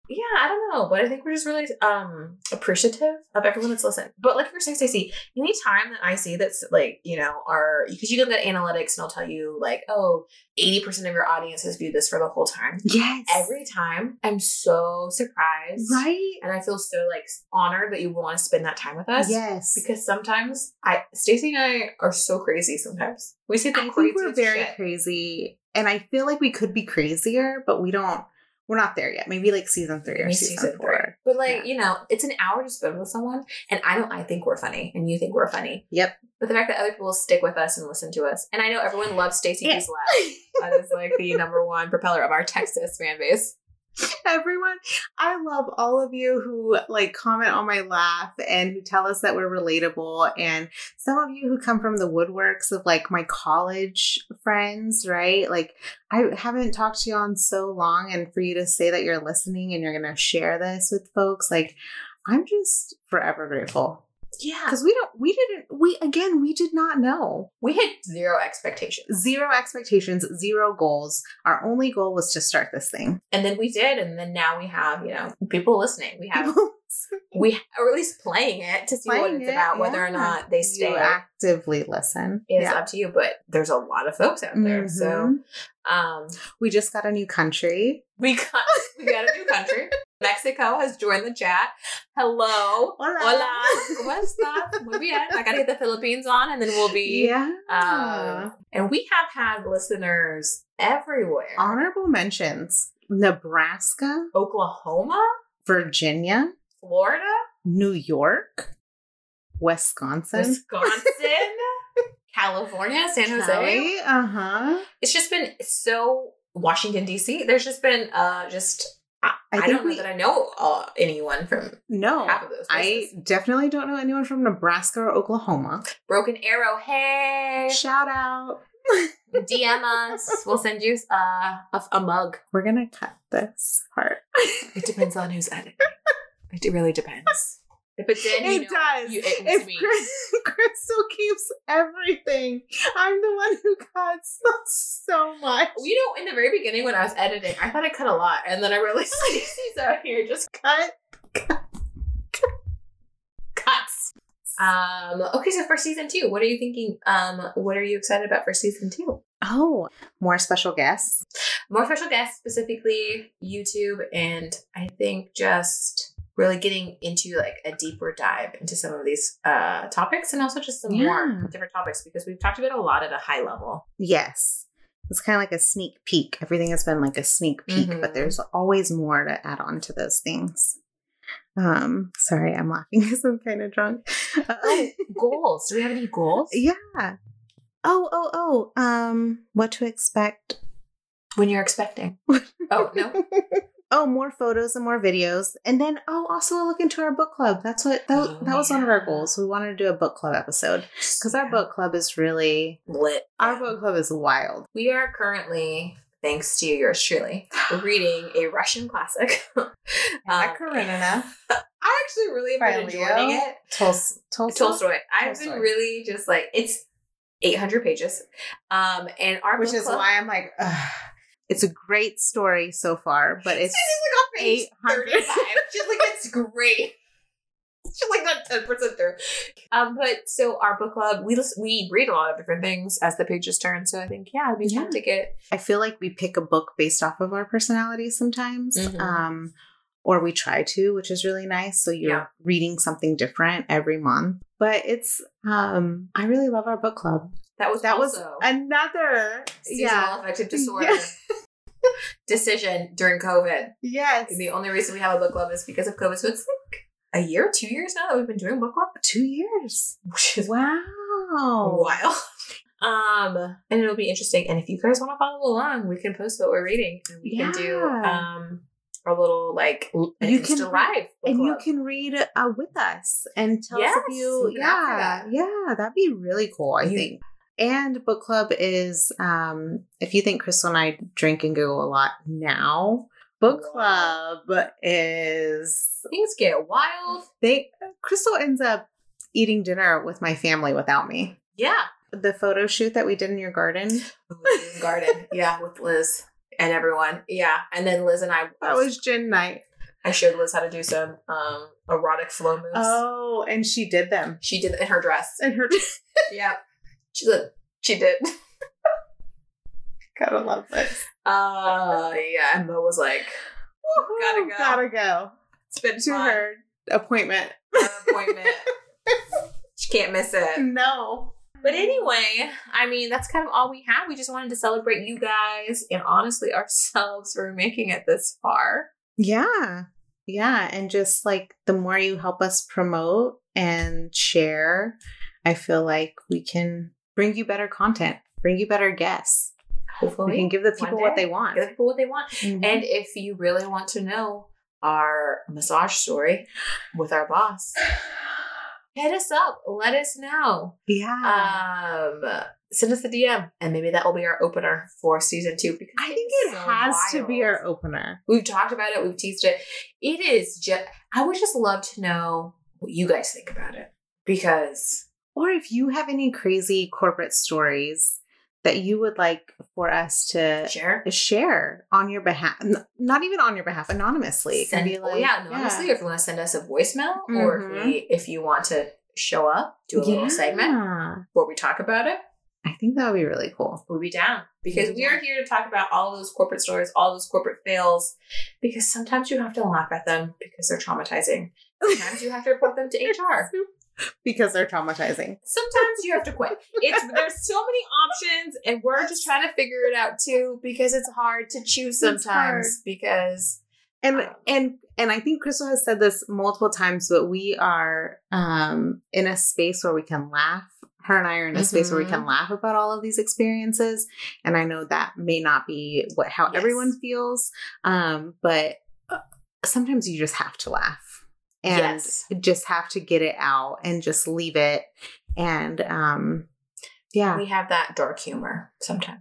S1: Yeah, I don't know, but I think we're just really um appreciative of everyone that's listened. But like you were saying, Stacey, anytime that I see that's like you know our because you can get analytics and I'll tell you like oh 80 percent of your audience has viewed this for the whole time.
S2: Yes.
S1: Every time, I'm so surprised,
S2: right.
S1: And I feel so like honored that you want to spend that time with us.
S2: Yes.
S1: Because sometimes I, Stacey and I are so crazy. Sometimes we see the
S2: I think
S1: craziest
S2: we're very
S1: shit.
S2: crazy, and I feel like we could be crazier, but we don't. We're not there yet. Maybe like season three or
S1: Maybe
S2: season,
S1: season
S2: four.
S1: But like,
S2: Yeah.
S1: you know, it's an hour to spend with someone, and I don't. I think we're funny, and you think we're funny.
S2: Yep.
S1: But the fact that other people stick with us and listen to us, and I know everyone loves Stacey
S2: Yeah.
S1: B's laugh. That is like the number one propeller of our Texas fan base.
S2: Everyone, I love all of you who like comment on my laugh and who tell us that we're relatable. And some of you who come from the woodworks of like my college friends, right? Like, I haven't talked to you on so long. And for you to say that you're listening and you're going to share this with folks, like, I'm just forever grateful.
S1: Yeah,
S2: Because we don't, we didn't, we again, we did not know.
S1: we had zero expectations,
S2: Zero expectations, zero goals. Our only goal was to start this thing.
S1: and then we did, and then now we have you know people listening. We have we or at least playing it to see what
S2: Playing
S1: it's
S2: it,
S1: about, whether
S2: yeah.
S1: or not they stay.
S2: You actively listen.
S1: It's up to you, but there's a lot of folks out there. So
S2: Mhm.
S1: um
S2: we just got a new country.
S1: we got we got a new country. Mexico has joined the chat. Hello.
S2: Hola.
S1: Hola. ¿Cómo estás? Muy bien. I gotta get the Philippines on and then we'll be
S2: Yeah.
S1: um, and we have had
S2: Uh-huh.
S1: listeners everywhere.
S2: Honorable mentions. Nebraska,
S1: Oklahoma?
S2: Virginia,
S1: Florida?
S2: New York, Wisconsin.
S1: Wisconsin? California? San Jose?
S2: Uh huh.
S1: It's just been so Washington, D.C. There's just been uh just. I, I,
S2: I think
S1: don't know
S2: we-
S1: that I know uh, anyone from
S2: No,
S1: half of those.
S2: I
S1: Places.
S2: definitely don't know anyone from Nebraska or Oklahoma.
S1: Broken Arrow, hey,
S2: Shout out.
S1: DM us. We'll send you uh, a, a mug.
S2: We're gonna cut this part.
S1: It depends on who's editing. It really depends. If it's in, you
S2: it
S1: know,
S2: does.
S1: You, it was
S2: if
S1: me.
S2: Chris- Crystal keeps everything, I'm the one who cuts so much.
S1: You know, in the very beginning when I was editing, I thought I cut a lot, and then I realized Stacey's out here just
S2: Cut.
S1: cuts. Um. Okay, so for season two, what are you thinking? Um. What are you excited about for season two?
S2: Oh, more special guests.
S1: More special guests, specifically YouTube, and I think just really getting into like a deeper dive into some of these uh topics, and also just some more
S2: Yeah.
S1: different topics because we've talked about a lot at a high level.
S2: Yes. It's kind of like a sneak peek. Everything has been like a sneak peek,
S1: Mhm.
S2: but there's always more to add on to those things. Um, sorry, I'm laughing because I'm kind of drunk. Uh,
S1: goals? Do we have any goals?
S2: yeah. Oh, oh, oh. Um, what to expect?
S1: When you're expecting? oh no.
S2: Oh, more photos and more videos, and then oh, also a look into our book club. That's what that,
S1: Oh,
S2: that was one of our
S1: yeah.
S2: goals. We wanted to do a book club episode because our book club is really
S1: lit.
S2: our book club is wild.
S1: We are currently, thanks to yours truly, reading a Russian classic. um,
S2: Anna Karenina.
S1: I actually really have been
S2: By Leo
S1: enjoying it.
S2: Tolstoy. Tolstoy.
S1: Tolstoy. I've
S2: Tolstoy.
S1: been really just like it's 800 pages, um, and our
S2: which
S1: book
S2: is
S1: club-
S2: why I'm like, Ugh. it's a great story so far, but it's
S1: Stacey's like on page
S2: 800.
S1: 35. She's like, it's great. She's like not 10 percent through. Um, but so our book club, we listen, we read a lot of different things as the pages turn. So I think yeah, it'd be
S2: Yeah.
S1: fun to get
S2: I feel like we pick a book based off of our personalities sometimes,
S1: Mhm.
S2: um, or we try to, which is really nice. So you're
S1: Yeah.
S2: reading something different every month. But it's, um, I really love our book club.
S1: that was
S2: That
S1: also-
S2: was another,
S1: seasonal
S2: yeah,
S1: affective disorder
S2: Yeah.
S1: decision during COVID.
S2: yes,
S1: And the only reason we have a book club is because of COVID. So it's like a year, two years now that we've been doing book club,
S2: two years.
S1: which is
S2: Wow.
S1: wild. Um, and it'll be interesting. And if you guys want to follow along, we can post what we're reading, and we can do
S2: Yeah.
S1: um a little like you
S2: You
S1: Insta
S2: can-
S1: live, book
S2: and you
S1: club.
S2: can read uh, with us and tell us if
S1: Yes,
S2: you
S1: we can opt for
S2: yeah yeah that'd be really cool i
S1: You-
S2: think and book club is um if you think crystal and i drink and go a lot now book
S1: Wow.
S2: club is
S1: Things get wild.
S2: they crystal ends up eating dinner with my family without me
S1: Yeah,
S2: the photo shoot that we did in your garden
S1: Living garden. Yeah, with Liz and everyone. Yeah, and then Liz and I.
S2: that was gin night
S1: I showed Liz how to do some um erotic flow moves.
S2: oh and she did them
S1: She did it in her dress.
S2: and her
S1: yeah. She did. She did.
S2: gotta love this
S1: Uh yeah. And Mo was like, Gotta
S2: Woohoo,
S1: go.
S2: gotta go
S1: it's been
S2: to
S1: fun.
S2: her appointment
S1: An appointment. she can't miss it.
S2: No.
S1: But anyway, I mean that's kind of all we had. We just wanted to celebrate you guys and honestly ourselves for making it this far.
S2: Yeah. Yeah. And just like the more you help us promote and share, I feel like we can bring you better content, bring you better guests.
S1: Hopefully.
S2: We can give the
S1: one
S2: people what
S1: day.
S2: they want.
S1: Give the people what they want.
S2: Mhm.
S1: And if you really want to know our massage story with our boss, hit us up. Let us know.
S2: yeah.
S1: um send us a dm and maybe that will be our opener for season two because
S2: I think
S1: it's
S2: it
S1: so
S2: has to be
S1: wild.
S2: our opener.
S1: we've talked about it we've teased it it is just i would just love to know what you guys think about it because
S2: Or if you have any crazy corporate stories that you would like for us to
S1: share
S2: share on your behalf, n- not even on your behalf, anonymously. It can
S1: send,
S2: be
S1: oh,
S2: like-
S1: yeah anonymously or if you want to send us a voicemail or if
S2: Mhm.
S1: we if you want to show up do a little segment
S2: Yeah.
S1: where we talk about it
S2: I think that would be really cool.
S1: we'll be down because
S2: We'll be
S1: we are here to talk about all those corporate stories all those corporate fails because sometimes you have to laugh at them because they're traumatizing Sometimes you have to report them to HR.
S2: because they're traumatizing.
S1: Sometimes you have to quit. It's there's so many options, and we're just trying to figure it out too because it's hard to choose
S2: It's hard.
S1: sometimes because
S2: And
S1: Um,
S2: and and I think Crystal has said this multiple times, but we are um in a space where we can laugh. Her and I are in a space where we
S1: Mm-hmm.
S2: can laugh about all of these experiences. And I know that may not be what how
S1: Yes.
S2: everyone feels. Um, but uh, sometimes you just have to laugh. And
S1: Yes.
S2: just have to get it out and just leave it. And um yeah.
S1: We have that dark humor sometimes.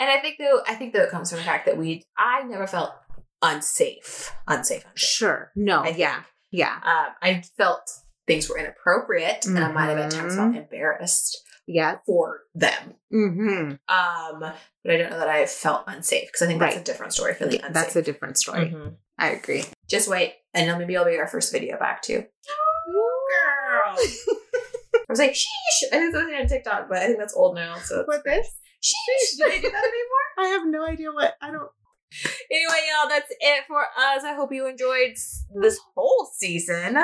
S1: And I think though, I think though it comes from the fact that we, I never felt unsafe, unsafe. unsafe.
S2: sure. No.
S1: I think.
S2: Uh, yeah. Yeah.
S1: Um, I felt things were inappropriate, and I might have at times felt
S2: Mhm.
S1: embarrassed
S2: Yeah.
S1: for them.
S2: Mm-hmm.
S1: Um, but I don't know that I felt unsafe because I think that's
S2: Right.
S1: a different story. Feeling unsafe.
S2: That's a Mm-hmm. different story.
S3: Mhm.
S2: I agree.
S1: Just wait, and then maybe I'll be our first video back too. Girl, I was like, sheesh. I think that was on TikTok, but I think that's old now. So
S2: What this?
S1: sheesh. Do they do that anymore?
S2: I have no idea what I don't.
S1: Anyway, y'all, that's it for us. I hope you enjoyed s- this whole season.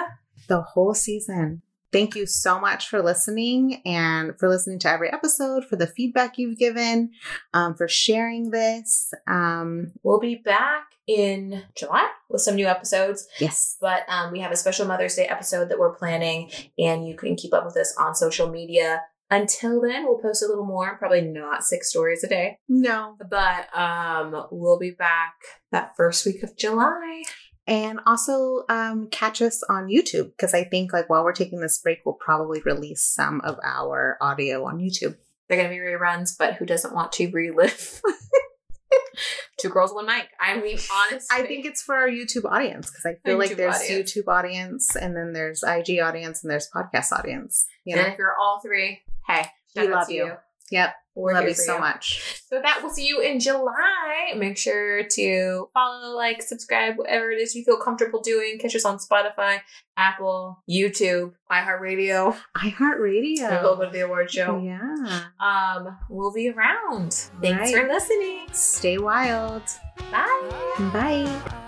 S2: The whole season. Thank you so much for listening and for listening to every episode, for the feedback you've given, um, for sharing this. Um,
S1: We'll be back in July with some new episodes,
S2: yes.
S1: but um, we have a special Mother's Day episode that we're planning, and you can keep up with us on social media. Until then, we'll post a little more, probably not six stories a day,
S2: No.
S1: but um, we'll be back that first week of July.
S2: And also um, catch us on YouTube because I think like while we're taking this break, we'll probably release some of our audio on YouTube.
S1: They're going to be reruns, but who doesn't want to relive? Two girls, one mic. I mean, honestly,
S2: I think it's for our YouTube audience because I
S1: Our
S2: feel
S1: YouTube
S2: like there's
S1: audience.
S2: YouTube audience and then there's IG audience and there's podcast audience. You know?
S1: And if you're all three, hey,
S2: We
S1: shout out
S2: love
S1: to
S2: you.
S1: you.
S2: Yep.
S1: We're
S2: Love
S1: here
S2: you
S1: for
S2: so much.
S1: So that we'll see you in July. Make sure to follow, like, subscribe, whatever it is you feel comfortable doing. Catch us on Spotify, Apple, YouTube, iHeartRadio, and go
S2: iHeartRadio.
S1: to the award show.
S2: Yeah.
S1: Um, we'll be around. Thanks
S2: Right.
S1: for listening.
S2: Stay wild.
S1: Bye.
S2: Bye.
S3: Bye.